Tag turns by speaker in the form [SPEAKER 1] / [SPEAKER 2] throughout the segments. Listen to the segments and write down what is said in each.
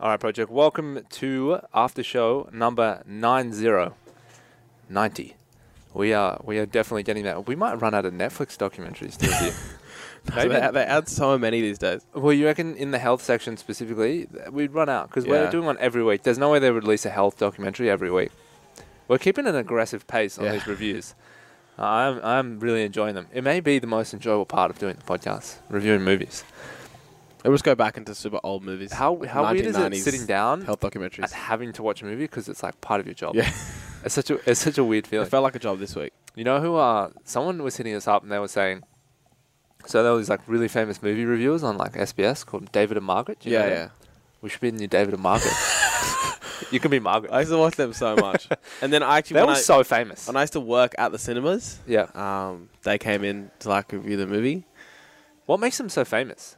[SPEAKER 1] All right, Project. Welcome to after show number 90. 90. We are we are definitely getting that. We might run out of Netflix documentaries too. here.
[SPEAKER 2] So
[SPEAKER 1] Maybe.
[SPEAKER 2] they, they add so many these days.
[SPEAKER 1] Well, you reckon in the health section specifically, th- we'd run out because we're
[SPEAKER 2] Yeah.
[SPEAKER 1] doing one every week. There's no way they would release a health documentary every week. We're keeping an aggressive pace on
[SPEAKER 2] Yeah.
[SPEAKER 1] these reviews. I'm I'm really enjoying them. It may be the most enjoyable part of doing the podcast, reviewing movies.
[SPEAKER 2] Let's just go back into super old movies.
[SPEAKER 1] How how weird is it
[SPEAKER 2] 1990s
[SPEAKER 1] sitting down
[SPEAKER 2] Health documentaries.
[SPEAKER 1] and having to watch a movie because it's like part of your job?
[SPEAKER 2] Yeah.
[SPEAKER 1] it's such a it's such a weird
[SPEAKER 2] It
[SPEAKER 1] feeling.
[SPEAKER 2] felt like a job this week.
[SPEAKER 1] You know who? Uh, someone was hitting us up and they were saying, so there was like really famous movie reviewers on like SBS called David and Margaret. Do you know
[SPEAKER 2] Yeah,
[SPEAKER 1] them?
[SPEAKER 2] yeah.
[SPEAKER 1] We should be the new David and Margaret. you can be Margaret.
[SPEAKER 2] I used to watch them so much. and then I actually,
[SPEAKER 1] they
[SPEAKER 2] when
[SPEAKER 1] were
[SPEAKER 2] I,
[SPEAKER 1] so famous.
[SPEAKER 2] when I used to work at the cinemas,
[SPEAKER 1] yeah.
[SPEAKER 2] um, they came in to like review the movie.
[SPEAKER 1] What makes them so famous?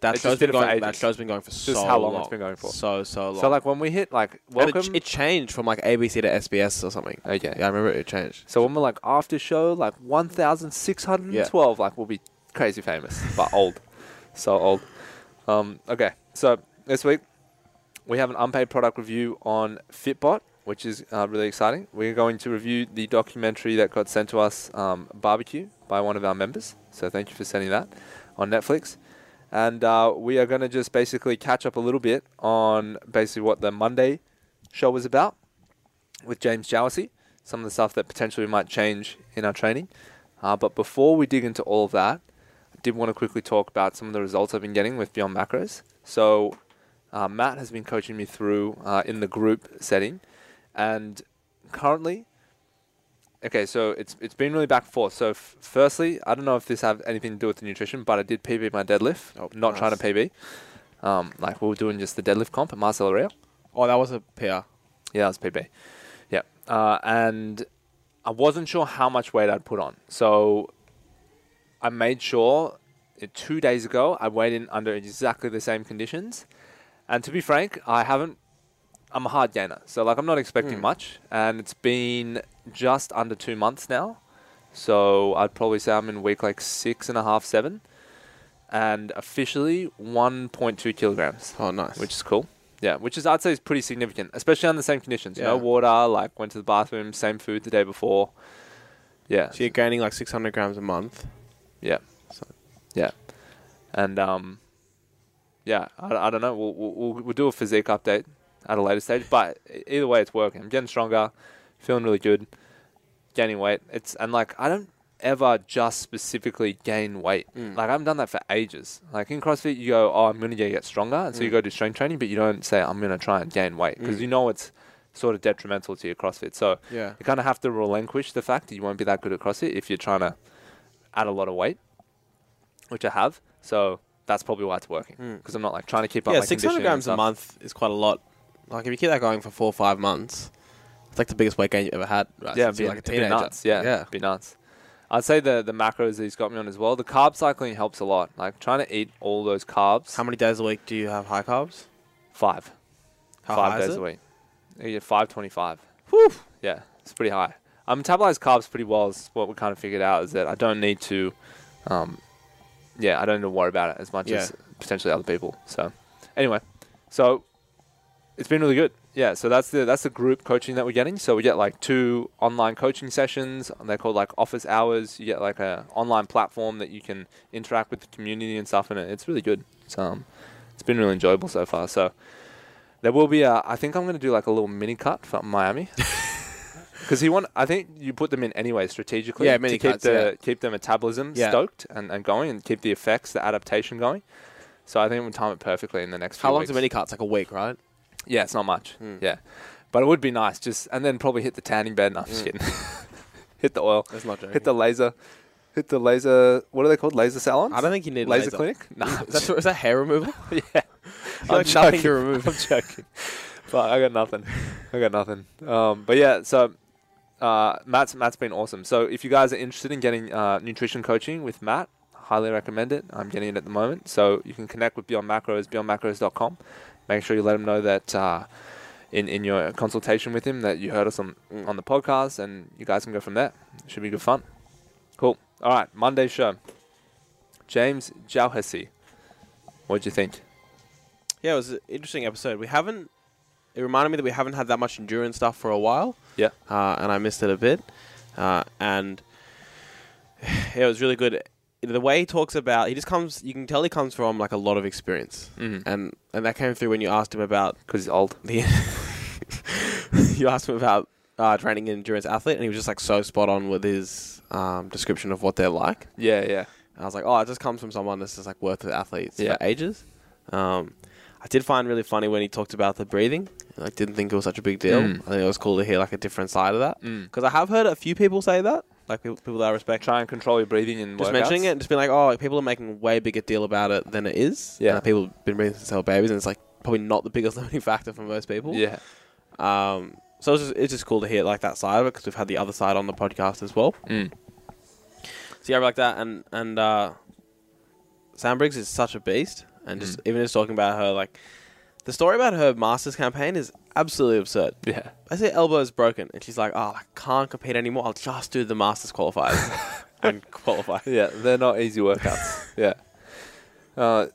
[SPEAKER 2] That
[SPEAKER 1] It's
[SPEAKER 2] show's
[SPEAKER 1] just been
[SPEAKER 2] been
[SPEAKER 1] it for
[SPEAKER 2] going. That
[SPEAKER 1] ages.
[SPEAKER 2] show's been going for
[SPEAKER 1] Just
[SPEAKER 2] so
[SPEAKER 1] how long it's been going for.
[SPEAKER 2] So so long.
[SPEAKER 1] So like when we hit like
[SPEAKER 2] And
[SPEAKER 1] welcome.
[SPEAKER 2] It, it changed from like ABC to SBS or something.
[SPEAKER 1] okay.
[SPEAKER 2] Yeah, I remember it changed.
[SPEAKER 1] So when we're like after show like 1,612, like we'll be crazy famous, but old, so old. Um, okay. So this week we have an unpaid product review on Fitbot, which is uh, really exciting. We're going to review the documentary that got sent to us, um, Barbecue, by one of our members. So thank you for sending that on Netflix. And uh, we are going to just basically catch up a little bit on basically what the Monday show was about with James Jowsey, some of the stuff that potentially might change in our training. Uh, but before we dig into all of that, I did want to quickly talk about some of the results I've been getting with Beyond Macros. So uh, Matt has been coaching me through uh, in the group setting, and currently, okay, so it's it's been really back and forth. So f- firstly, I don't know if this have anything to do with the nutrition, but I did PB my deadlift.
[SPEAKER 2] Oh,
[SPEAKER 1] not trying to
[SPEAKER 2] nice.
[SPEAKER 1] PB. Um, like we were doing just the deadlift comp at Marcel Arroyo.
[SPEAKER 2] Oh, that was a PR.
[SPEAKER 1] Yeah, that was PB. Yeah. Uh, and I wasn't sure how much weight I'd put on. So I made sure uh, two days ago I weighed in under exactly the same conditions. And to be frank, I haven't. I'm a hard gainer. So, like, I'm not expecting
[SPEAKER 2] Hmm.
[SPEAKER 1] much. And it's been just under two months now. So, I'd probably say I'm in week like six and a half, seven. And officially 1.2 kilograms
[SPEAKER 2] Oh, nice.
[SPEAKER 1] which is cool. Yeah, which is I'd say is pretty significant, especially under the same conditions. No
[SPEAKER 2] Yeah.
[SPEAKER 1] water, like went to the bathroom, same food the day before. Yeah,
[SPEAKER 2] so you're gaining like 600 grams a month.
[SPEAKER 1] yeah,
[SPEAKER 2] So-
[SPEAKER 1] yeah, and um, yeah, I, I don't know. We'll, we'll- we'll we'll do a physique update at a later stage, but e- either way, it's working. I'm getting stronger, feeling really good, gaining weight. It's and like I don't ever just specifically gain weight.
[SPEAKER 2] Mm.
[SPEAKER 1] Like I haven't done that for ages. Like in CrossFit, you go, oh, I'm gonna get get stronger, and so you
[SPEAKER 2] Mm.
[SPEAKER 1] go do strength training, but you don't say I'm gonna try and gain weight because
[SPEAKER 2] Mm.
[SPEAKER 1] you know it's sort of detrimental to your CrossFit. So
[SPEAKER 2] Yeah.
[SPEAKER 1] you kind of have to relinquish the fact that you won't be that good at CrossFit if you're trying to add a lot of weight, which I have. So that's probably why it's working
[SPEAKER 2] Mm.
[SPEAKER 1] because I'm not like trying to keep up.
[SPEAKER 2] Yeah,
[SPEAKER 1] my
[SPEAKER 2] 600
[SPEAKER 1] conditioning and
[SPEAKER 2] grams a
[SPEAKER 1] stuff.
[SPEAKER 2] month is quite a lot. Like if you keep that going for four or five months, it's like the biggest weight gain you've ever had. Right?
[SPEAKER 1] Yeah,
[SPEAKER 2] since
[SPEAKER 1] be,
[SPEAKER 2] you were,
[SPEAKER 1] it'd be nuts. Yeah,
[SPEAKER 2] yeah.
[SPEAKER 1] it'd be nuts. I'd say the the macros that he's got me on as well. The carb cycling helps a lot. Like trying to eat all those carbs.
[SPEAKER 2] How many days a week do you have high carbs?
[SPEAKER 1] Five.
[SPEAKER 2] How
[SPEAKER 1] five
[SPEAKER 2] high
[SPEAKER 1] days
[SPEAKER 2] is it?
[SPEAKER 1] a week. You get five twenty-five.
[SPEAKER 2] Whew.
[SPEAKER 1] Yeah, it's pretty high. I metabolize carbs pretty well. Is what we kind of figured out is that I don't need to, um, yeah, I don't need to worry about it as much
[SPEAKER 2] Yeah.
[SPEAKER 1] as potentially other people. So, anyway, so it's been really good. Yeah, so that's the that's the group coaching that we're getting. So we get like two online coaching sessions. and They're called like office hours. You get like a online platform that you can interact with the community and stuff, and it- it's really good. So um, it's been really enjoyable so far. So there will be a. I think I'm going to do like a little mini cut for Miami. Because he want, I think you put them in anyway strategically
[SPEAKER 2] Yeah,
[SPEAKER 1] to
[SPEAKER 2] mini
[SPEAKER 1] keep
[SPEAKER 2] cuts,
[SPEAKER 1] the
[SPEAKER 2] yeah.
[SPEAKER 1] keep the metabolism
[SPEAKER 2] Yeah.
[SPEAKER 1] stoked and, and going, and keep the effects, the adaptation going. So I think we time it perfectly in the next.
[SPEAKER 2] How
[SPEAKER 1] few
[SPEAKER 2] long's
[SPEAKER 1] weeks. Hmm.
[SPEAKER 2] a mini cut? It's like a week, right?
[SPEAKER 1] Yeah, it's not much.
[SPEAKER 2] Mm.
[SPEAKER 1] Yeah, but it would be nice just and then probably hit the tanning bed. No, I'm just
[SPEAKER 2] Mm.
[SPEAKER 1] kidding. hit the oil,
[SPEAKER 2] That's not joking.
[SPEAKER 1] hit the laser, hit the laser. What are they called? Laser salons?
[SPEAKER 2] I don't think you need
[SPEAKER 1] laser, clinic. No,
[SPEAKER 2] Is that, is that hair removal?
[SPEAKER 1] yeah.
[SPEAKER 2] I feel like nothing to remove.
[SPEAKER 1] I'm joking. But I got nothing. I got nothing. Um, but yeah, so uh, Matt's Matt's been awesome. So if you guys are interested in getting uh, nutrition coaching with Matt, highly recommend it. I'm getting it at the moment. So you can connect with Beyond Macros, beyondmacros.com. Make sure you let him know that uh, in in your consultation with him that you heard us on
[SPEAKER 2] Mm.
[SPEAKER 1] on the podcast, and you guys can go from there. It should be good fun. Cool. All right, Monday show. James Jauhesi. What'd you think?
[SPEAKER 2] Yeah, it was an interesting episode. We haven't. It reminded me that we haven't had that much endurance stuff for a while.
[SPEAKER 1] Yeah.
[SPEAKER 2] Uh, and I missed it a bit. Uh, and it was really good. The way he talks about, he just comes. You can tell he comes from like a lot of experience,
[SPEAKER 1] Because
[SPEAKER 2] and and that came through when you asked him about
[SPEAKER 1] he's old.
[SPEAKER 2] the. you asked him about uh, training an endurance athlete, and he was just like so spot on with his um, description of what they're like.
[SPEAKER 1] Yeah, yeah.
[SPEAKER 2] And I was like, oh, it just comes from someone that's just like worked with athletes
[SPEAKER 1] Yeah.
[SPEAKER 2] for ages. Um, I did find really funny when he talked about the breathing. I like, didn't think it was such a big deal.
[SPEAKER 1] Mm.
[SPEAKER 2] I think it was cool to hear like a different side of that
[SPEAKER 1] Mm.
[SPEAKER 2] because I have heard a few people say that, like people, people that I respect.
[SPEAKER 1] Try and control your breathing and
[SPEAKER 2] Just mentioning it, and just being like, oh, like, people are making way bigger deal about it than it is.
[SPEAKER 1] Yeah.
[SPEAKER 2] And people have been breathing since they were babies, and it's like probably not the biggest limiting factor for most people.
[SPEAKER 1] Yeah,
[SPEAKER 2] Um, so it's just, it's just cool to hear like that side of it because we've had the other side on the podcast as well.
[SPEAKER 1] mm.
[SPEAKER 2] So yeah, I like that, and and uh, Sam Briggs is such a beast, and just
[SPEAKER 1] Mm.
[SPEAKER 2] even just talking about her, like the story about her masters campaign is absolutely absurd.
[SPEAKER 1] yeah.
[SPEAKER 2] I say elbow's broken, and she's like, "Oh, I can't compete anymore. I'll just do the masters qualifiers and qualify."
[SPEAKER 1] Yeah, they're not easy workouts. yeah. Uh,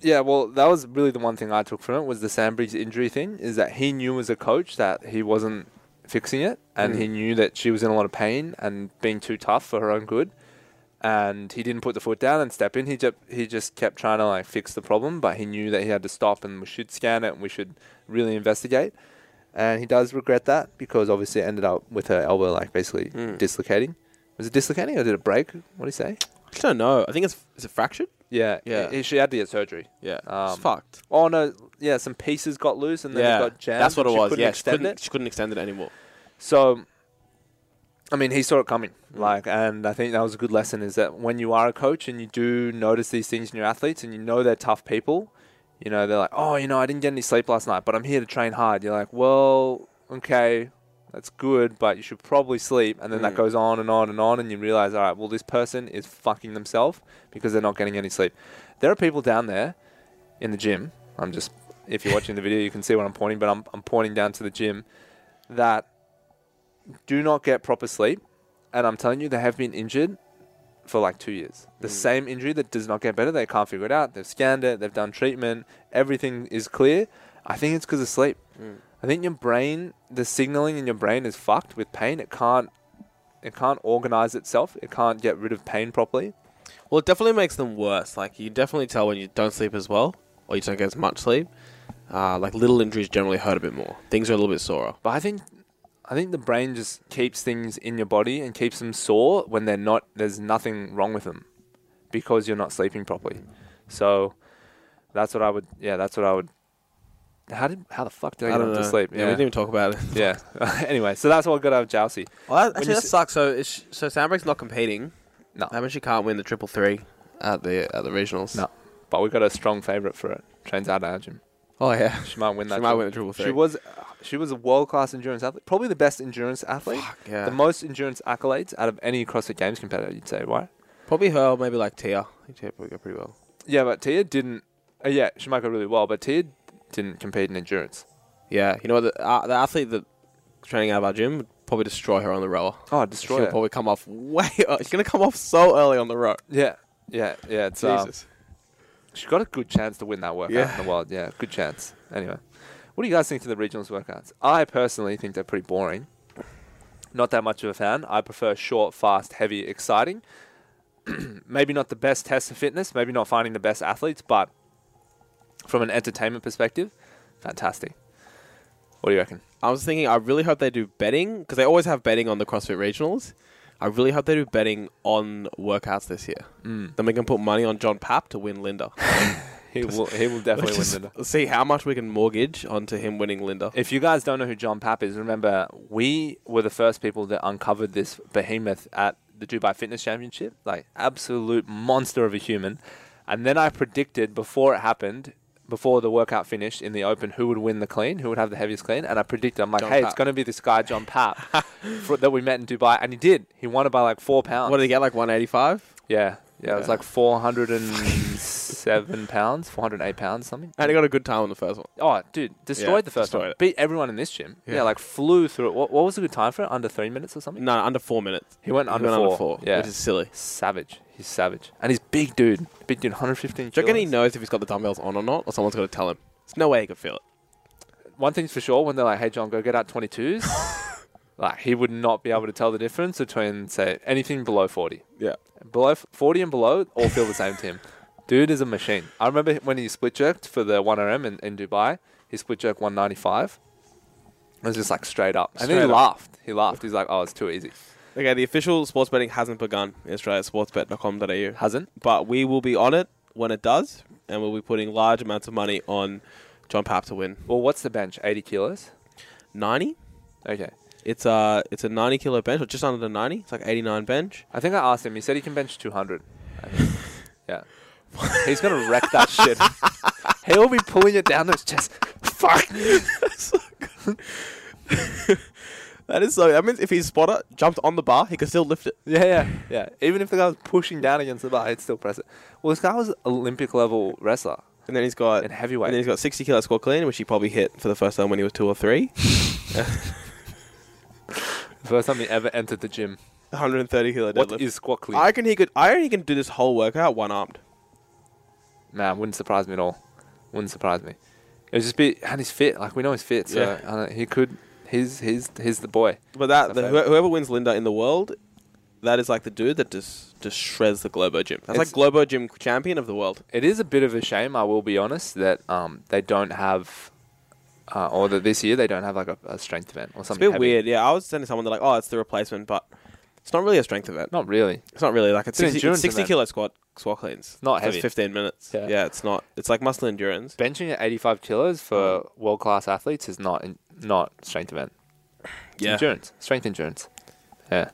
[SPEAKER 1] yeah, well, that was really the one thing I took from it was the Sandbridge injury thing. Is that he knew as a coach that he wasn't fixing it, and he knew that she was in a lot of pain and being too tough for her own good, and he didn't put the foot down and step in. He just he just kept trying to like fix the problem, but he knew that he had to stop and we should scan it and we should really investigate. And he does regret that because obviously it ended up with her elbow like basically
[SPEAKER 2] Mm.
[SPEAKER 1] dislocating. Was it dislocating or did it break? What do you say?
[SPEAKER 2] I don't know. I think it's is it fractured?
[SPEAKER 1] Yeah,
[SPEAKER 2] Yeah.
[SPEAKER 1] he- she had to get surgery.
[SPEAKER 2] Yeah,
[SPEAKER 1] Um,
[SPEAKER 2] it's fucked.
[SPEAKER 1] Oh no, yeah, some pieces got loose and then
[SPEAKER 2] yeah,
[SPEAKER 1] it got jammed.
[SPEAKER 2] that's what it
[SPEAKER 1] and she
[SPEAKER 2] was.
[SPEAKER 1] Couldn't
[SPEAKER 2] yeah,
[SPEAKER 1] extend
[SPEAKER 2] she couldn't,
[SPEAKER 1] it.
[SPEAKER 2] She couldn't extend it anymore.
[SPEAKER 1] So, I mean, he saw it coming. Like, and I think that was a good lesson: is that when you are a coach and you do notice these things in your athletes, and you know they're tough people, you know they're like, oh, you know, I didn't get any sleep last night, but I'm here to train hard. You're like, well, okay. That's good, but you should probably sleep. And then that
[SPEAKER 2] Mm.
[SPEAKER 1] goes on and on and on, and you realize, all right, well, this person is fucking themselves because they're not getting any sleep. There are people down there in the gym. I'm just, if you're watching the video, you can see what I'm pointing, but I'm, I'm pointing down to the gym that do not get proper sleep. And I'm telling you, they have been injured for like two years. The
[SPEAKER 2] Mm.
[SPEAKER 1] same injury that does not get better. They can't figure it out. They've scanned it, they've done treatment, everything is clear. I think it's because of sleep.
[SPEAKER 2] Mm.
[SPEAKER 1] I think your brain, the signaling in your brain is fucked with pain. It can't. It can't organize itself. It can't get rid of pain properly.
[SPEAKER 2] Well, it definitely makes them worse. Like you definitely tell when you don't sleep as well, or you don't get as much sleep. Uh, like little injuries generally hurt a bit more. Things are a little bit sorer.
[SPEAKER 1] But I think I think the brain just keeps things in your body and keeps them sore when they're not there's nothing wrong with them because you're not sleeping properly. So that's what I would yeah, that's what I would how did how the fuck did I, get
[SPEAKER 2] don't
[SPEAKER 1] up to
[SPEAKER 2] know.
[SPEAKER 1] sleep?
[SPEAKER 2] Yeah, we didn't even talk about it.
[SPEAKER 1] Yeah. anyway, so that's what got out of Jousey.
[SPEAKER 2] Well, that,
[SPEAKER 1] When
[SPEAKER 2] actually,
[SPEAKER 1] you
[SPEAKER 2] that
[SPEAKER 1] s-
[SPEAKER 2] sucks. So, it's, so Sandbreak's not competing.
[SPEAKER 1] No.
[SPEAKER 2] That means she can't win the triple three at the at the regionals.
[SPEAKER 1] No. But we got a strong favourite for it. Trains out of Arjun.
[SPEAKER 2] Oh yeah.
[SPEAKER 1] She might win that.
[SPEAKER 2] she might
[SPEAKER 1] too.
[SPEAKER 2] win the triple three.
[SPEAKER 1] She was she was a world class endurance athlete. Probably the best endurance athlete.
[SPEAKER 2] Fuck, yeah.
[SPEAKER 1] The most endurance accolades out of any CrossFit Games competitor, you'd say, right?
[SPEAKER 2] Probably her, or maybe like Tia. I think Tia probably go pretty well.
[SPEAKER 1] Yeah, but Tia didn't. Uh, yeah, she might go really well, but Tia didn't compete in endurance.
[SPEAKER 2] Yeah. You know what? The, uh, the athlete that training out of our gym would probably destroy her on the rower.
[SPEAKER 1] Oh, destroy
[SPEAKER 2] She'll
[SPEAKER 1] her.
[SPEAKER 2] probably come off way. ear- She's gonna come off so early on the row.
[SPEAKER 1] Yeah, yeah, yeah. It's, um, she got a good chance to win that workout
[SPEAKER 2] Yeah.
[SPEAKER 1] in the world. Yeah, good chance. Anyway, what do you guys think of the regionals workouts? I personally think they're pretty boring. Not that much of a fan. I prefer short, fast, heavy, exciting. maybe not the best test of fitness. Maybe not finding the best athletes, but from an entertainment perspective, fantastic. What do you reckon?
[SPEAKER 2] I was thinking, I really hope they do betting because they always have betting on the CrossFit regionals. I really hope they do betting on workouts this year.
[SPEAKER 1] Mm.
[SPEAKER 2] Then we can put money on John Papp to win Linda.
[SPEAKER 1] He will. He will definitely win.
[SPEAKER 2] Let's
[SPEAKER 1] the-
[SPEAKER 2] just See how much we can mortgage onto him winning Linda.
[SPEAKER 1] If you guys don't know who John Papp is, remember we were the first people that uncovered this behemoth at the Dubai Fitness Championship, like absolute monster of a human. And then I predicted before it happened, before the workout finished in the open, who would win the clean, who would have the heaviest clean, and I predicted I'm like,
[SPEAKER 2] John
[SPEAKER 1] hey, it's
[SPEAKER 2] Papp.
[SPEAKER 1] going to be this guy John Papp fro- that we met in Dubai, and he did. He won it by like four pounds.
[SPEAKER 2] What did he get? Like 185?
[SPEAKER 1] Yeah, yeah, it was
[SPEAKER 2] Yeah.
[SPEAKER 1] like 407 pounds, 408 pounds, something.
[SPEAKER 2] And he got a good time on the first one.
[SPEAKER 1] Oh, dude, destroyed
[SPEAKER 2] Yeah,
[SPEAKER 1] the first
[SPEAKER 2] destroyed
[SPEAKER 1] one.
[SPEAKER 2] it.
[SPEAKER 1] Beat everyone in this gym. Yeah,
[SPEAKER 2] Yeah.
[SPEAKER 1] like flew through it. What, what was a good time for it? Under three minutes or something?
[SPEAKER 2] No, under four minutes.
[SPEAKER 1] He went under four. Yeah.
[SPEAKER 2] which is silly.
[SPEAKER 1] Savage. He's savage. And he's big dude. Big dude, 115
[SPEAKER 2] Do you reckon he
[SPEAKER 1] kilos.
[SPEAKER 2] knows if he's got the dumbbells on or not, or someone's got to tell him? There's no way he could feel it.
[SPEAKER 1] One thing's for sure, when they're like, hey, John, go get out 22s, like, he would not be able to tell the difference between, say, anything below 40.
[SPEAKER 2] Yeah.
[SPEAKER 1] Below 40 and below all feel the same to him. Dude is a machine. I remember when he split jerked for the 1RM in, in Dubai, he split jerked 195. It was just like straight up. And then
[SPEAKER 2] Straight
[SPEAKER 1] he
[SPEAKER 2] up.
[SPEAKER 1] laughed. He laughed. He's like, oh, it's too easy.
[SPEAKER 2] Okay, the official sports betting hasn't begun in Australia at sportsbet.com.au.
[SPEAKER 1] Hasn't?
[SPEAKER 2] But we will be on it when it does, and we'll be putting large amounts of money on John Papp to win.
[SPEAKER 1] Well, what's the bench? 80 kilos?
[SPEAKER 2] 90?
[SPEAKER 1] Okay.
[SPEAKER 2] It's a, it's a 90 kilo bench, or just under the 90. It's like 89 bench.
[SPEAKER 1] I think I asked him. He said he can bench 200. I think. yeah. He's going to wreck that shit. He'll be pulling it down to his chest. Fuck.
[SPEAKER 2] That is so. That means if his spotter jumped on the bar, he could still lift it.
[SPEAKER 1] Yeah, yeah, yeah. Even if the guy was pushing down against the bar, he'd still press it. Well, this guy was Olympic level wrestler
[SPEAKER 2] And then he's got
[SPEAKER 1] and
[SPEAKER 2] And then
[SPEAKER 1] heavyweight.
[SPEAKER 2] he's got 60 kilo squat clean, which he probably hit for the first time when he was two or three.
[SPEAKER 1] First time he ever entered the gym.
[SPEAKER 2] 130 kilo
[SPEAKER 1] What
[SPEAKER 2] deadlift.
[SPEAKER 1] is squat clean?
[SPEAKER 2] I reckon he could. I reckon he can do this whole workout one armed.
[SPEAKER 1] Man, wouldn't surprise me at all. Wouldn't surprise me. It would just be, and he's fit. Like we know he's fit, so
[SPEAKER 2] Yeah.
[SPEAKER 1] I don't, he could. He's he's he's the boy.
[SPEAKER 2] But that
[SPEAKER 1] That's
[SPEAKER 2] the,
[SPEAKER 1] not fair.
[SPEAKER 2] who- whoever wins Linda in the world, that is like the dude that just just shreds the Globo Gym. That's
[SPEAKER 1] It's-
[SPEAKER 2] like Globo Gym champion of the world.
[SPEAKER 1] It is a bit of a shame, I will be honest, that um, they don't have, uh, or that this year they don't have like a, a strength event or
[SPEAKER 2] It's a
[SPEAKER 1] something.
[SPEAKER 2] bit
[SPEAKER 1] heavy.
[SPEAKER 2] weird. Yeah, I was sending someone they're like, oh, it's the replacement, but it's not really a strength event.
[SPEAKER 1] Not really.
[SPEAKER 2] It's not really like it's
[SPEAKER 1] It's an
[SPEAKER 2] 60,
[SPEAKER 1] endurance
[SPEAKER 2] it's 60
[SPEAKER 1] event.
[SPEAKER 2] kilo squat squat cleans.
[SPEAKER 1] Not
[SPEAKER 2] That's
[SPEAKER 1] heavy.
[SPEAKER 2] 15 minutes.
[SPEAKER 1] Yeah.
[SPEAKER 2] Yeah. it's not. It's like muscle endurance.
[SPEAKER 1] Benching at 85 kilos for
[SPEAKER 2] Mm.
[SPEAKER 1] world class athletes is not in, not strength event. It's
[SPEAKER 2] Yeah.
[SPEAKER 1] endurance, strength endurance. Yeah.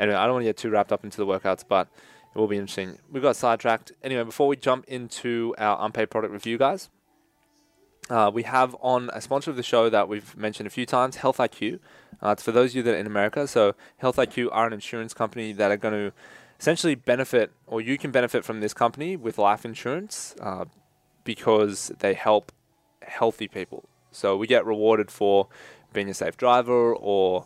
[SPEAKER 1] Anyway, I don't want to get too wrapped up into the workouts, but it will be interesting. We got sidetracked. Anyway, before we jump into our unpaid product review, guys, uh, we have on a sponsor of the show that we've mentioned a few times, Health IQ. Uh, it's for those of you that are in America. So, Health IQ are an insurance company that are going to essentially benefit, or you can benefit from this company with life insurance uh, because they help healthy people. So, we get rewarded for being a safe driver or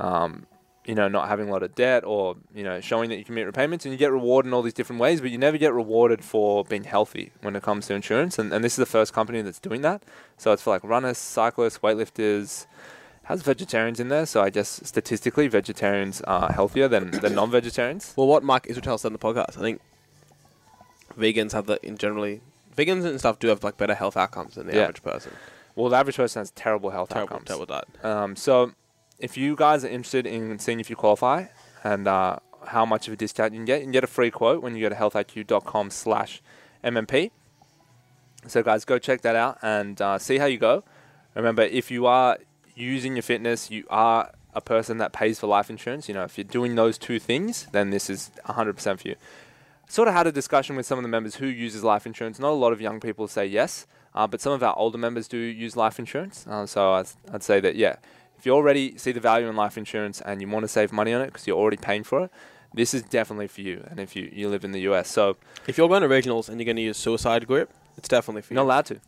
[SPEAKER 1] um, you know, not having a lot of debt or, you know, showing that you can meet repayments and you get rewarded in all these different ways, but you never get rewarded for being healthy when it comes to insurance. And, and this is the first company that's doing that. So it's for like runners, cyclists, weightlifters, has vegetarians in there. So I guess statistically, vegetarians are healthier than, than non vegetarians.
[SPEAKER 2] Well, what Mike Israel said in the podcast, I think vegans have the in generally vegans and stuff do have like better health outcomes than the
[SPEAKER 1] Yeah.
[SPEAKER 2] average person.
[SPEAKER 1] Well, the average person has terrible health
[SPEAKER 2] Terrible,
[SPEAKER 1] outcomes.
[SPEAKER 2] terrible diet.
[SPEAKER 1] Um, so, if you guys are interested in seeing if you qualify and uh, how much of a discount you can get, you can get a free quote when you go to healthiq.com slash MMP. So, guys, go check that out and uh, see how you go. Remember, if you are using your fitness, you are a person that pays for life insurance. You know, if you're doing those two things, then this is 100% for you sort of had a discussion with some of the members who uses life insurance. Not a lot of young people say yes, uh, but some of our older members do use life insurance. Uh, so I'd, I'd say that yeah, if you already see the value in life insurance and you want to save money on it because you're already paying for it, this is definitely for you. And if you, you live in the US, so
[SPEAKER 2] If you're going to regionals and you're going to use suicide grip, it's definitely for
[SPEAKER 1] you're not
[SPEAKER 2] you.
[SPEAKER 1] allowed to.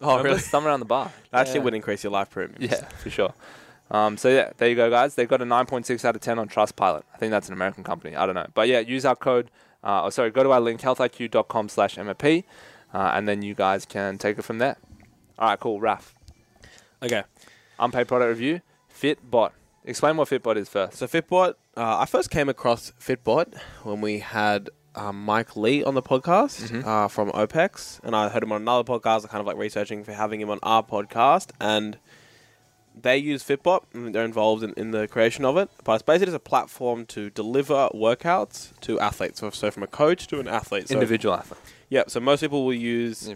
[SPEAKER 2] Oh,
[SPEAKER 1] Remember, Thumb around the bar.
[SPEAKER 2] That shit
[SPEAKER 1] Yeah.
[SPEAKER 2] would increase your life premium.
[SPEAKER 1] Yeah, for sure. Um, so yeah, there you go, guys. They've got a 9.6 out of 10 on Trustpilot. I think that's an American company. I don't know, but yeah, use our code. Uh, or sorry, go to our link healthiq.com/map, uh, and then you guys can take it from there. All right, cool. Raf,
[SPEAKER 2] Okay.
[SPEAKER 1] unpaid product review. Fitbot. Explain what Fitbot is first.
[SPEAKER 2] So Fitbot, uh, I first came across Fitbot when we had uh, Mike Lee on the podcast uh, from OPEX, and I heard him on another podcast. I kind of like researching for having him on our podcast, and they use Fitbot. And they're involved in, in the creation of it, but it's basically just a platform to deliver workouts to athletes. So, so from a coach to an athlete. So,
[SPEAKER 1] Individual athlete.
[SPEAKER 2] Yeah. So most people will use.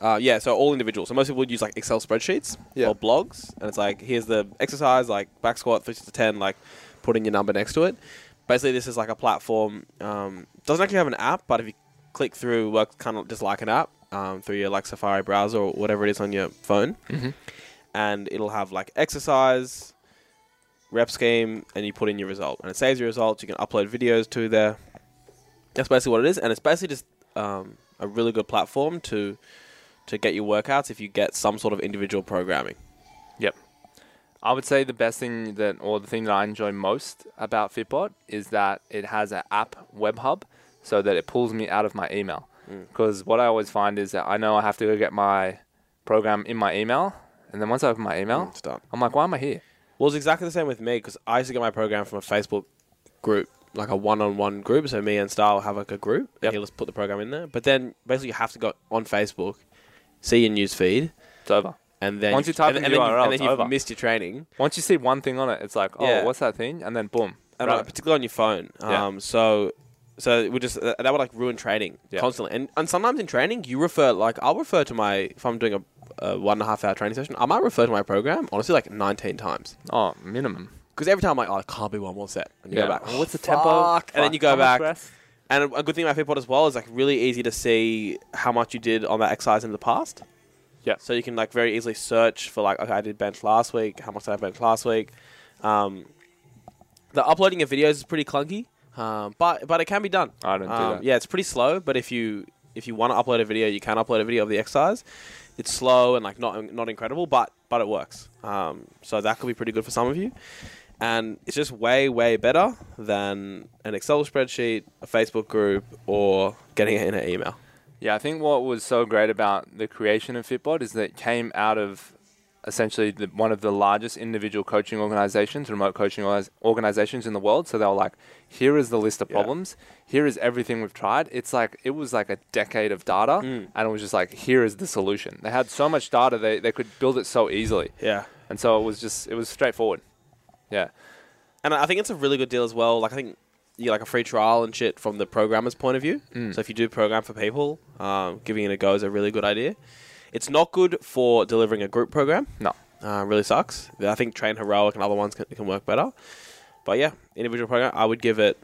[SPEAKER 2] Uh, yeah, so all individuals. So most people would use like Excel spreadsheets
[SPEAKER 1] Yeah.
[SPEAKER 2] or blogs, and it's like here's the exercise, like back squat, three to ten, like putting your number next to it. Basically, this is like a platform. Um, doesn't actually have an app, but if you click through, works kind of just like an app um, through your like Safari browser or whatever it is on your phone,
[SPEAKER 1] Mhm.
[SPEAKER 2] and it'll have like exercise, rep scheme, and you put in your result, and it saves your results. You can upload videos to there. That's basically what it is, and it's basically just um, a really good platform to to get your workouts if you get some sort of individual programming.
[SPEAKER 1] I would say the best thing that, or the thing that I enjoy most about Fitbot is that it has an app web hub. so that it pulls me out of my email.
[SPEAKER 2] Mm.
[SPEAKER 1] Because what I always find is that I know I have to go get my program in my email, and then once I open my email,
[SPEAKER 2] It's done.
[SPEAKER 1] I'm like, why am I here?
[SPEAKER 2] Well, it's exactly the same with me because I used to get my program from a Facebook group, like a one-on-one group. So me and Star will have like a group,
[SPEAKER 1] Yep.
[SPEAKER 2] and he'll just put the program in there. But then basically you have to go on Facebook, see your news feed,
[SPEAKER 1] It's over.
[SPEAKER 2] and then
[SPEAKER 1] Once you type in
[SPEAKER 2] and,
[SPEAKER 1] the
[SPEAKER 2] then
[SPEAKER 1] URL,
[SPEAKER 2] and
[SPEAKER 1] it's
[SPEAKER 2] then you've
[SPEAKER 1] over.
[SPEAKER 2] missed your training,
[SPEAKER 1] Once you see one thing on it, it's like, oh,
[SPEAKER 2] Yeah.
[SPEAKER 1] what's that thing? And then boom.
[SPEAKER 2] and
[SPEAKER 1] Right.
[SPEAKER 2] like, particularly on your phone.
[SPEAKER 1] Yeah.
[SPEAKER 2] Um, so. So we just that that would like ruin training
[SPEAKER 1] Yeah.
[SPEAKER 2] constantly, and and sometimes in training you refer like I'll refer to my if I'm doing a, a one and a half hour training session I might refer to my program honestly like 19 times.
[SPEAKER 1] Oh, minimum.
[SPEAKER 2] Because every time I'm like, oh, it can't be one more set. And you
[SPEAKER 1] Yeah.
[SPEAKER 2] go back,
[SPEAKER 1] Oh, what's the tempo?
[SPEAKER 2] fuck," And then
[SPEAKER 1] Fuck,
[SPEAKER 2] you go
[SPEAKER 1] I'm
[SPEAKER 2] back.
[SPEAKER 1] stressed.
[SPEAKER 2] And a good thing about Fitbot as well is like really easy to see how much you did on that exercise in the past.
[SPEAKER 1] Yeah.
[SPEAKER 2] So you can like very easily search for like, okay, I did bench last week. How much did I bench last week? Um, the uploading of videos is pretty clunky, um, but but it can be done.
[SPEAKER 1] I don't do
[SPEAKER 2] Um,
[SPEAKER 1] that.
[SPEAKER 2] Yeah, it's pretty slow. But if you if you want to upload a video, you can upload a video of the exercise. It's slow and like not not incredible, but but it works. Um, so that could be pretty good for some of you. And it's just way way better than an Excel spreadsheet, a Facebook group, or getting it in an email.
[SPEAKER 1] Yeah, I think what was so great about the creation of Fitbod is that it came out of essentially the, one of the largest individual coaching organizations, remote coaching orga- organizations in the world. So they were like, here is the list of
[SPEAKER 2] Yeah.
[SPEAKER 1] problems. Here is everything we've tried. It's like, it was like a decade of data. And it was just like, here is the solution. They had so much data, they, they could build it so easily.
[SPEAKER 2] Yeah.
[SPEAKER 1] And so it was just, it was straightforward. Yeah.
[SPEAKER 2] And I think it's a really good deal as well. Like I think you get like a free trial and shit from the programmer's point of view. So if you do program for people, um, giving it a go is a really good idea. It's not good for delivering a group program.
[SPEAKER 1] No.
[SPEAKER 2] Uh, really sucks. I think Train Heroic and other ones can, can work better. But yeah, individual program, I would give it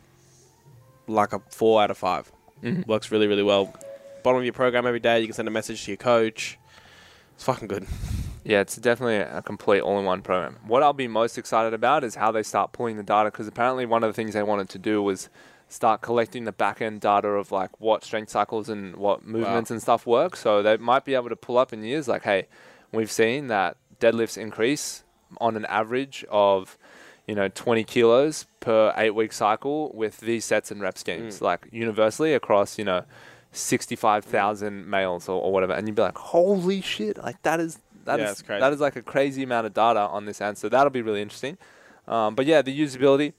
[SPEAKER 2] like a four out of 5 Works really, really well. Bottom of your program every day, you can send a message to your coach. It's fucking good.
[SPEAKER 1] Yeah, it's definitely a complete all-in-one program. What I'll be most excited about is how they start pulling the data because apparently one of the things they wanted to do was start collecting the back-end data of like what strength cycles and what movements and stuff work. So they might be able to pull up in years like, hey, we've seen that deadlifts increase on an average of you know 20 kilos per eight-week cycle with these sets and rep schemes,
[SPEAKER 2] Mm.
[SPEAKER 1] like universally across you know 65,000 males or, or whatever, and you'd be like, holy shit, like that is that
[SPEAKER 2] Yeah,
[SPEAKER 1] is-
[SPEAKER 2] it's crazy.
[SPEAKER 1] that is like a crazy amount of data on this answer. That'll be really interesting. Um, but yeah, the usability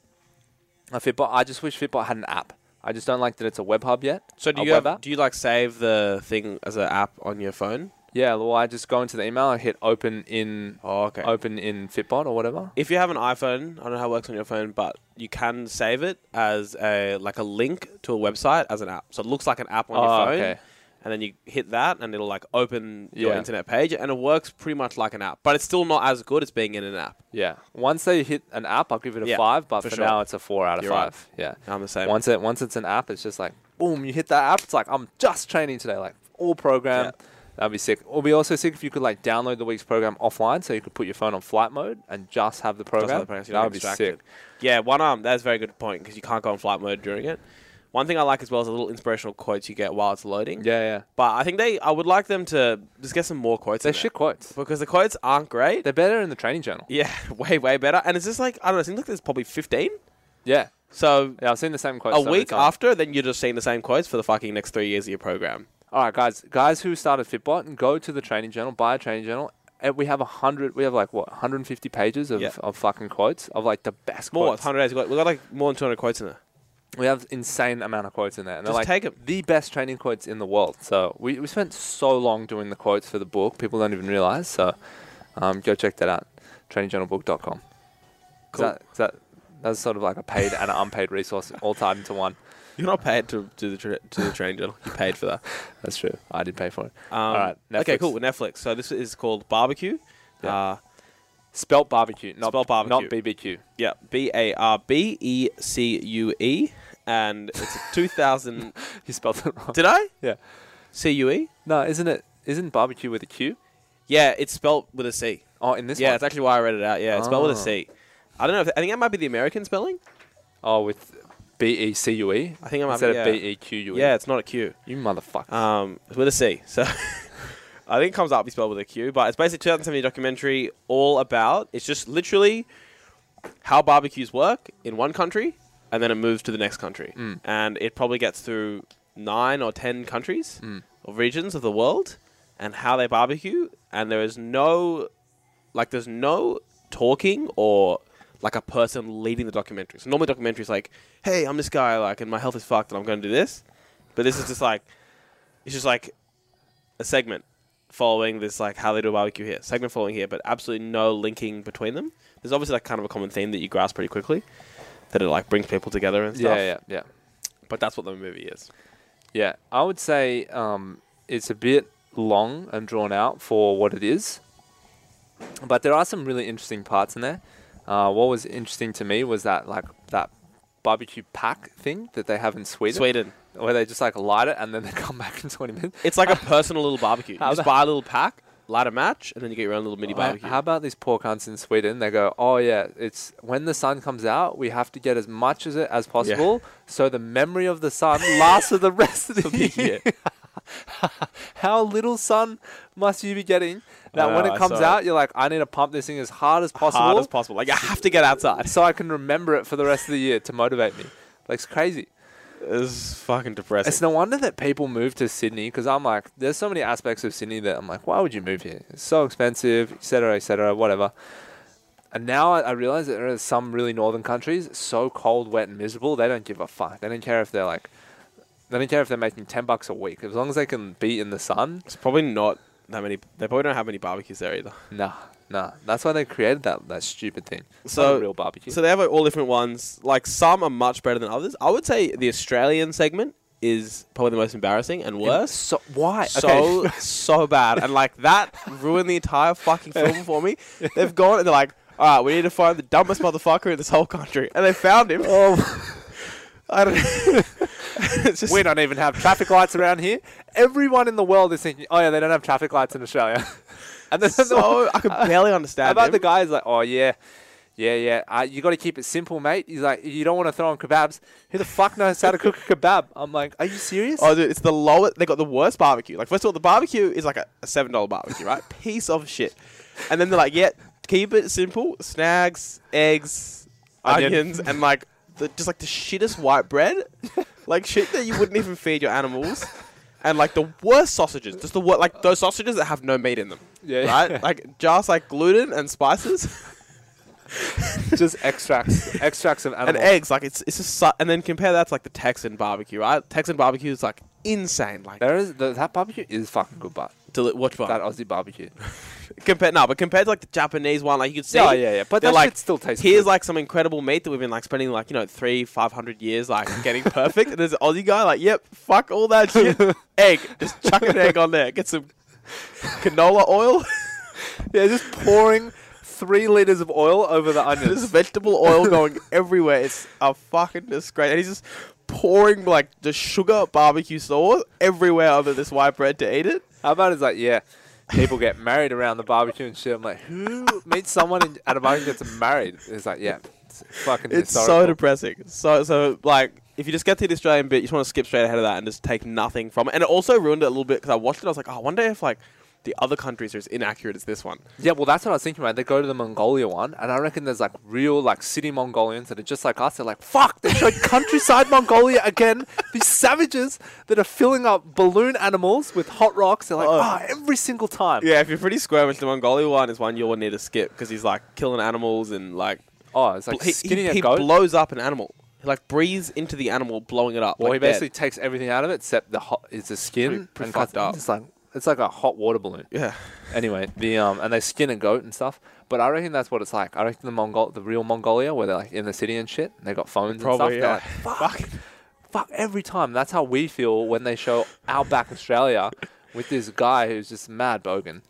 [SPEAKER 1] of Fitbot. I just wish Fitbot had an app. I just don't like that it's a web hub yet.
[SPEAKER 2] So do
[SPEAKER 1] a
[SPEAKER 2] you
[SPEAKER 1] web
[SPEAKER 2] have,
[SPEAKER 1] app.
[SPEAKER 2] do you like save the thing as an app on your phone?
[SPEAKER 1] Yeah, well, I just go into the email, I hit open in
[SPEAKER 2] Oh, okay.
[SPEAKER 1] open in Fitbot or whatever.
[SPEAKER 2] if you have an iPhone, I don't know how it works on your phone, but you can save it as a like a link to a website as an app. So it looks like an app on
[SPEAKER 1] Oh,
[SPEAKER 2] your phone.
[SPEAKER 1] okay.
[SPEAKER 2] And then you hit that and it'll like open your
[SPEAKER 1] Yeah.
[SPEAKER 2] internet page and it works pretty much like an app. But it's still not as good as being in an app.
[SPEAKER 1] Yeah. Once they hit an app, I'll give it a
[SPEAKER 2] Yeah,
[SPEAKER 1] five. But
[SPEAKER 2] for
[SPEAKER 1] for,
[SPEAKER 2] sure.
[SPEAKER 1] now, it's a four out of
[SPEAKER 2] You're right.
[SPEAKER 1] five. Yeah.
[SPEAKER 2] I'm the same.
[SPEAKER 1] Once it once it's an app, it's just like boom, you hit that app. It's like I'm just training today, like all program.
[SPEAKER 2] Yeah.
[SPEAKER 1] That'd be sick. It'd be also sick if you could like download the week's program offline, so you could put your phone on flight mode and just have the
[SPEAKER 2] Just
[SPEAKER 1] program.
[SPEAKER 2] like the parents, you
[SPEAKER 1] that
[SPEAKER 2] don't
[SPEAKER 1] would be
[SPEAKER 2] get distracted.
[SPEAKER 1] sick.
[SPEAKER 2] Yeah, one arm. That's a very good point because you can't go on flight mode during it. One thing I like as well is the little inspirational quotes you get while it's loading.
[SPEAKER 1] Yeah, yeah.
[SPEAKER 2] But I think they, I would like them to just get some more quotes.
[SPEAKER 1] They're
[SPEAKER 2] in there.
[SPEAKER 1] shit quotes.
[SPEAKER 2] because the quotes aren't great.
[SPEAKER 1] They're better in the training journal.
[SPEAKER 2] Yeah, way way better. And it's just like I don't know. It seems like there's probably 15.
[SPEAKER 1] Yeah.
[SPEAKER 2] So
[SPEAKER 1] Yeah, I've seen the same quotes.
[SPEAKER 2] a
[SPEAKER 1] so many
[SPEAKER 2] week
[SPEAKER 1] times.
[SPEAKER 2] after, then you're just seeing the same quotes for the fucking next three years of your program.
[SPEAKER 1] All right, guys. Guys who started Fitbot and go to the training journal, buy a training journal. And we have a hundred. We have like what 150 pages of,
[SPEAKER 2] Yeah.
[SPEAKER 1] of fucking quotes of like the best
[SPEAKER 2] More
[SPEAKER 1] quotes.
[SPEAKER 2] 100 days. We got, we got like more than 200 quotes in there.
[SPEAKER 1] We have insane amount of quotes in there, and
[SPEAKER 2] Just
[SPEAKER 1] they're like
[SPEAKER 2] take 'em.
[SPEAKER 1] the best training quotes in the world. So we, we spent so long doing the quotes for the book, people don't even realize. So um, go check that out, trainingjournalbook.com. Is
[SPEAKER 2] Cool.
[SPEAKER 1] that, is that that's sort of like a paid and an unpaid resource all tied into one.
[SPEAKER 2] You're not paid to do the tra- to the training journal. You paid for that.
[SPEAKER 1] That's true. I did pay for it.
[SPEAKER 2] Um,
[SPEAKER 1] all right.
[SPEAKER 2] Okay,
[SPEAKER 1] Netflix.
[SPEAKER 2] cool. Netflix. So this is called Barbecue.
[SPEAKER 1] Yeah.
[SPEAKER 2] Uh,
[SPEAKER 1] Spelt barbecue, not
[SPEAKER 2] Spelt
[SPEAKER 1] not
[SPEAKER 2] barbecue.
[SPEAKER 1] BBQ.
[SPEAKER 2] yeah, B A R B E C U E, and it's a 2000.
[SPEAKER 1] You spelled it wrong.
[SPEAKER 2] Did I
[SPEAKER 1] Yeah.
[SPEAKER 2] C U E?
[SPEAKER 1] No, isn't it? Isn't barbecue with a Q?
[SPEAKER 2] Yeah, it's spelt with a C.
[SPEAKER 1] Oh, in this
[SPEAKER 2] yeah,
[SPEAKER 1] one.
[SPEAKER 2] it's actually why I read it out. Yeah, it's spelled with a
[SPEAKER 1] Ah.
[SPEAKER 2] C. I don't know. If, I think that might be the American spelling.
[SPEAKER 1] oh, with B E C U E.
[SPEAKER 2] I think I might
[SPEAKER 1] instead
[SPEAKER 2] be,
[SPEAKER 1] of
[SPEAKER 2] yeah.
[SPEAKER 1] B E Q U E.
[SPEAKER 2] Yeah, it's not a Q.
[SPEAKER 1] You motherfucker.
[SPEAKER 2] Um, it's with a C. So I think it comes out be spelled with a Q, but it's basically 2017 documentary all about. It's just literally how barbecues work in one country and then it moves to the next country. And it probably gets through nine or ten countries or regions of the world and how they barbecue. And there is no, like, there's no talking or like a person leading the documentary. So normally documentaries like, hey, I'm this guy, like, and my health is fucked and I'm going to do this. But this is just like, it's just like a segment following this like how they do a barbecue here, segment following here, but absolutely no linking between them. There's obviously like kind of a common theme that you grasp pretty quickly, that it like brings people together and stuff.
[SPEAKER 1] Yeah, yeah, yeah.
[SPEAKER 2] But that's what the movie is.
[SPEAKER 1] Yeah, I would say um, it's a bit long and drawn out for what it is, but there are some really interesting parts in there. Uh, what was interesting to me was that like that barbecue pack thing that they have in Sweden,
[SPEAKER 2] Sweden.
[SPEAKER 1] where they just like light it and then they come back in twenty minutes.
[SPEAKER 2] It's like a personal little barbecue. You
[SPEAKER 1] How
[SPEAKER 2] just
[SPEAKER 1] the-
[SPEAKER 2] buy a little pack, light a match, and then you get your own little mini
[SPEAKER 1] Well,
[SPEAKER 2] barbecue.
[SPEAKER 1] Uh, How about these poor cunts in Sweden? They go, oh yeah, it's when the sun comes out, we have to get as much as it as possible, so the memory of the sun lasts for the rest of the year. how little sun must you be getting that when
[SPEAKER 2] know,
[SPEAKER 1] it
[SPEAKER 2] I
[SPEAKER 1] comes
[SPEAKER 2] saw
[SPEAKER 1] out, you're like, I need to pump this thing as hard as possible,
[SPEAKER 2] Hard as possible. Like you have to get outside.
[SPEAKER 1] so I can remember it for the rest of the year to motivate me. Like it's crazy.
[SPEAKER 2] It's fucking depressing.
[SPEAKER 1] It's no wonder that people move to Sydney because I'm like, there's so many aspects of Sydney that I'm like, why would you move here? It's so expensive, etc., cetera, etc., cetera, whatever. And now I, I realize that there are some really northern countries so cold, wet, and miserable. They don't give a fuck. They don't care if they're like, they don't care if they're making ten bucks a week. As long as they can be in the sun,
[SPEAKER 2] It's probably not that many. They probably don't have many barbecues there either.
[SPEAKER 1] nah, nah. That's why they created that that stupid thing. It's not
[SPEAKER 2] So-
[SPEAKER 1] a real barbecue.
[SPEAKER 2] So they have like, all different ones. Like some are much better than others. I would say the Australian segment is probably the most embarrassing and worse.
[SPEAKER 1] So why?
[SPEAKER 2] So so bad, and like that ruined the entire fucking film for me. They've gone and they're like, "All right, we need to find the dumbest motherfucker in this whole country," and they found him.
[SPEAKER 1] Oh,
[SPEAKER 2] I don't. it's just,
[SPEAKER 1] we don't even have traffic lights around here. Everyone in the world is thinking, oh yeah, they don't have traffic lights in Australia. and then the
[SPEAKER 2] so I could barely
[SPEAKER 1] How
[SPEAKER 2] understand.
[SPEAKER 1] about
[SPEAKER 2] him.
[SPEAKER 1] the guy who's like, oh yeah, yeah, yeah. Uh, you got to keep it simple, mate. He's like, you don't want to throw on kebabs. Who the fuck knows how to cook a kebab? I'm like, are you serious?
[SPEAKER 2] Oh, dude, it's the lowest. They got the worst barbecue. Like, first of all, the barbecue is like a, a seven dollar barbecue, right? Piece of shit. And then they're like, yeah, keep it simple: snags, eggs,
[SPEAKER 1] Onion.
[SPEAKER 2] onions, and like the, just like the shittest white bread, like shit that you wouldn't even feed your animals, and like the worst sausages. Just the wor- like those sausages that have no meat in them,
[SPEAKER 1] yeah,
[SPEAKER 2] right? Like just like gluten and spices
[SPEAKER 1] just extracts, extracts of
[SPEAKER 2] and
[SPEAKER 1] animals.
[SPEAKER 2] eggs. Like it's it's just su- and then compare that to like the Texan barbecue, right? Texan barbecue is like insane. Like
[SPEAKER 1] There is th- that barbecue is fucking good, but
[SPEAKER 2] deli- what
[SPEAKER 1] that Aussie barbecue.
[SPEAKER 2] compared no, but compared to like the Japanese one, like you could see.
[SPEAKER 1] Yeah, yeah, yeah. But
[SPEAKER 2] they're
[SPEAKER 1] that
[SPEAKER 2] like,
[SPEAKER 1] shit still tastes.
[SPEAKER 2] Here's
[SPEAKER 1] good.
[SPEAKER 2] like some incredible meat that we've been like spending like you know three, five hundred years like getting perfect. and there's an Aussie guy like, yep, fuck all that shit. egg, just chuck an egg on there. Get some canola oil,
[SPEAKER 1] yeah, just pouring three liters of oil over the
[SPEAKER 2] there's
[SPEAKER 1] onions.
[SPEAKER 2] vegetable oil going everywhere. It's a fucking disgrace. And he's just pouring like the sugar barbecue sauce everywhere over this white bread to eat it.
[SPEAKER 1] How about it's like, yeah, people get married around the barbecue and shit. I'm like, who meets someone in, at a barbecue and gets married? It's like, yeah, it's fucking.
[SPEAKER 2] It's so
[SPEAKER 1] historical.
[SPEAKER 2] depressing. So so like if you just get to the Australian bit, you just want to skip straight ahead of that and just take nothing from it. And it also ruined it a little bit because I watched it. I was like, oh, I wonder if like the other countries are as inaccurate as this one.
[SPEAKER 1] Yeah, well, that's what I was thinking about. They go to the Mongolia one, and I reckon there's like real like city Mongolians that are just like us. They're like, fuck, they showed countryside Mongolia again. These savages that are filling up balloon animals with hot rocks. They're like,
[SPEAKER 2] Oh.
[SPEAKER 1] ah, every single time.
[SPEAKER 2] Yeah, if you're pretty squirmish, the Mongolia one is one you'll need to skip because he's like killing animals and like,
[SPEAKER 1] Oh, it's like
[SPEAKER 2] bl- he,
[SPEAKER 1] skinning
[SPEAKER 2] he,
[SPEAKER 1] a
[SPEAKER 2] he
[SPEAKER 1] goat.
[SPEAKER 2] blows up an animal. He like breathes into the animal, blowing it up.
[SPEAKER 1] well,
[SPEAKER 2] like
[SPEAKER 1] he
[SPEAKER 2] dead.
[SPEAKER 1] basically takes everything out of it except the hot. It's the skin
[SPEAKER 2] pretty
[SPEAKER 1] and cuts
[SPEAKER 2] fucked up.
[SPEAKER 1] It's like it's like a hot water balloon.
[SPEAKER 2] yeah.
[SPEAKER 1] anyway, the um, and they skin a goat and stuff. But I reckon that's what it's like. I reckon the Mongol, the real Mongolia, where they're like in the city and shit, and they got phones
[SPEAKER 2] Probably,
[SPEAKER 1] and stuff. They're like, fuck, fuck every time. That's how we feel when they show our back Australia with this guy who's just mad bogan,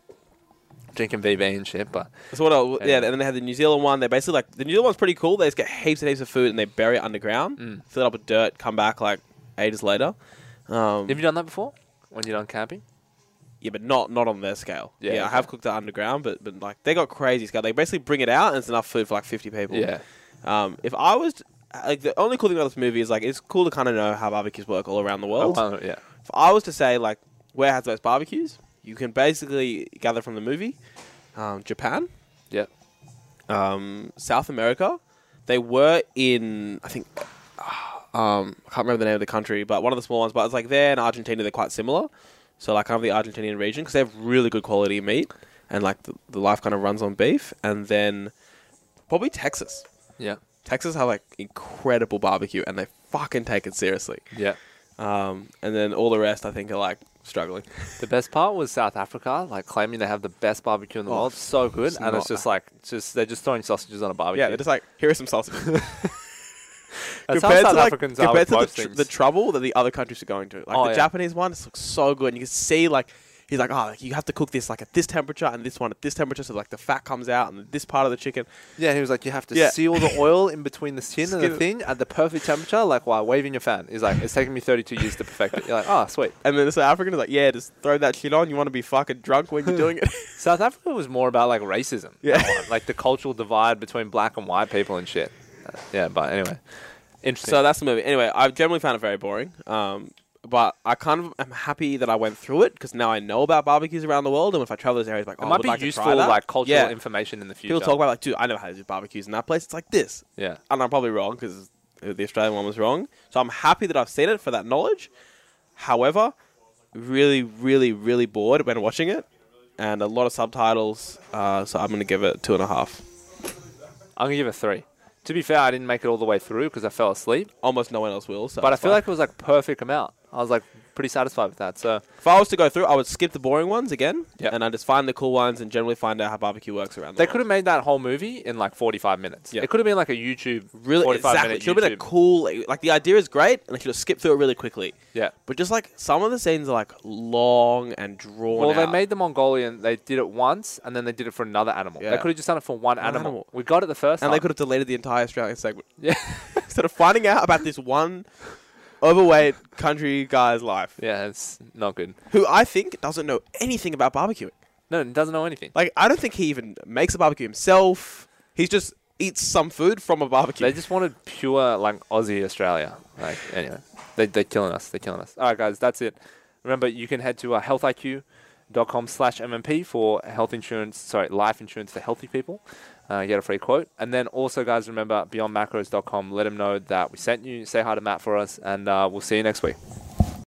[SPEAKER 1] drinking VB and shit. But
[SPEAKER 2] So what else? Yeah,
[SPEAKER 1] Yeah.
[SPEAKER 2] and then they had the New Zealand one. They basically like the New Zealand one's pretty cool. They just get heaps and heaps of food and they bury it underground,
[SPEAKER 1] Mm.
[SPEAKER 2] fill it up with dirt, come back like ages later. Um,
[SPEAKER 1] have you done that before? When you're done camping?
[SPEAKER 2] yeah, but not not on their scale. Yeah,
[SPEAKER 1] Yeah,
[SPEAKER 2] I
[SPEAKER 1] okay.
[SPEAKER 2] have cooked it underground, but but like they got crazy scale. They basically bring it out and it's enough food for like fifty people.
[SPEAKER 1] Yeah.
[SPEAKER 2] Um, if I was like the only cool thing about this movie is like it's cool to kind of know how barbecues work all around the world.
[SPEAKER 1] Oh, yeah.
[SPEAKER 2] If I was to say like where has the most barbecues, you can basically gather from the movie, um, Japan.
[SPEAKER 1] Yeah.
[SPEAKER 2] um, South America. They were in, I think, uh, um, I can't remember the name of the country, but one of the small ones. But it's like there in Argentina, they're quite similar. So like kind of the Argentinian region because they have really good quality meat, and like the, the life kind of runs on beef, and then probably Texas.
[SPEAKER 1] Yeah.
[SPEAKER 2] Texas have like incredible barbecue, and they fucking take it seriously.
[SPEAKER 1] Yeah.
[SPEAKER 2] Um, and then all the rest, I think, are like struggling.
[SPEAKER 1] The best part was South Africa, like claiming they have the best barbecue in the
[SPEAKER 2] Oh,
[SPEAKER 1] world. So good.
[SPEAKER 2] it's
[SPEAKER 1] and it's
[SPEAKER 2] not-
[SPEAKER 1] just like, it's just they're just throwing sausages on a barbecue.
[SPEAKER 2] yeah, they're just like here are some sausages.
[SPEAKER 1] That's how South Africans are
[SPEAKER 2] compared
[SPEAKER 1] with
[SPEAKER 2] to the,
[SPEAKER 1] most
[SPEAKER 2] tr-
[SPEAKER 1] things.
[SPEAKER 2] the trouble that the other countries are going to. Like
[SPEAKER 1] Oh,
[SPEAKER 2] the
[SPEAKER 1] yeah.
[SPEAKER 2] Japanese one, this looks so good, and you can see like he's like, oh, like, you have to cook this like at this temperature and this one at this temperature, so like the fat comes out and this part of the chicken.
[SPEAKER 1] yeah, he was like, you have to
[SPEAKER 2] Yeah.
[SPEAKER 1] seal the oil in between the skin and the
[SPEAKER 2] Skin-
[SPEAKER 1] thing at the perfect temperature, like while waving your fan. He's like, it's taken me 32 years to perfect it. You're like, oh, sweet.
[SPEAKER 2] And then the South African is like, yeah, just throw that shit on. You want to be fucking drunk when you're doing it.
[SPEAKER 1] South Africa was more about like racism.
[SPEAKER 2] Yeah.
[SPEAKER 1] that one, like the cultural divide between black and white people and shit. Uh, yeah, but anyway. Interesting.
[SPEAKER 2] so that's the movie. Anyway, I've generally found it very boring. Um, but I kind of am happy that I went through it because now I know about barbecues around the world, and if I travel those areas, like oh,
[SPEAKER 1] it
[SPEAKER 2] I
[SPEAKER 1] might
[SPEAKER 2] would
[SPEAKER 1] be
[SPEAKER 2] like to try
[SPEAKER 1] useful,
[SPEAKER 2] that.
[SPEAKER 1] like cultural
[SPEAKER 2] Yeah.
[SPEAKER 1] information in the future.
[SPEAKER 2] People talk about like, dude, I know how to do barbecues in that place. It's like this.
[SPEAKER 1] yeah,
[SPEAKER 2] and I'm probably wrong because the Australian one was wrong. So I'm happy that I've seen it for that knowledge. However, really, really, really bored when watching it, and a lot of subtitles. Uh, so I'm going to give it two and a half.
[SPEAKER 1] I'm gonna give it three. To be fair, I didn't make it all the way through because I fell asleep.
[SPEAKER 2] Almost no one else will. So
[SPEAKER 1] But I
[SPEAKER 2] it's
[SPEAKER 1] feel
[SPEAKER 2] fine.
[SPEAKER 1] like it was like perfect amount. I was like pretty satisfied with that. So
[SPEAKER 2] if I was to go through, I would skip the boring ones again,
[SPEAKER 1] Yep.
[SPEAKER 2] and I just find the cool ones and generally find out how barbecue works around.
[SPEAKER 1] they
[SPEAKER 2] The
[SPEAKER 1] could have made that whole movie in like 45 minutes.
[SPEAKER 2] Yeah.
[SPEAKER 1] It could have been like a YouTube
[SPEAKER 2] really
[SPEAKER 1] 45
[SPEAKER 2] exactly.
[SPEAKER 1] minute
[SPEAKER 2] It should have been a
[SPEAKER 1] YouTube.
[SPEAKER 2] cool like the idea is great, and I should have skipped through it really quickly.
[SPEAKER 1] yeah.
[SPEAKER 2] But just like some of the scenes are like long and drawn.
[SPEAKER 1] Well, they
[SPEAKER 2] out.
[SPEAKER 1] made the Mongolian. They did it once, and then they did it for another animal. They
[SPEAKER 2] Yeah.
[SPEAKER 1] could have just done it for one animal.
[SPEAKER 2] animal.
[SPEAKER 1] We got it the first
[SPEAKER 2] And
[SPEAKER 1] time.
[SPEAKER 2] they could have deleted the entire Australian segment.
[SPEAKER 1] Yeah.
[SPEAKER 2] Instead of finding out about this one overweight country guy's life,
[SPEAKER 1] yeah, it's not good.
[SPEAKER 2] who I think doesn't know anything about barbecuing.
[SPEAKER 1] No, it doesn't know anything.
[SPEAKER 2] Like, I don't think he even makes a barbecue himself. He just eats some food from a barbecue.
[SPEAKER 1] They just wanted pure like Aussie Australia. Like anyway, they they're killing us. They're killing us. All right, guys, that's it. Remember, you can head to uh, healthiq.com slash MMP for health insurance. Sorry, life insurance for healthy people. Uh, get a free quote, and then also, guys, remember beyondmacros.com. Let them know that we sent you. Say hi to Matt for us, and uh, we'll see you next week.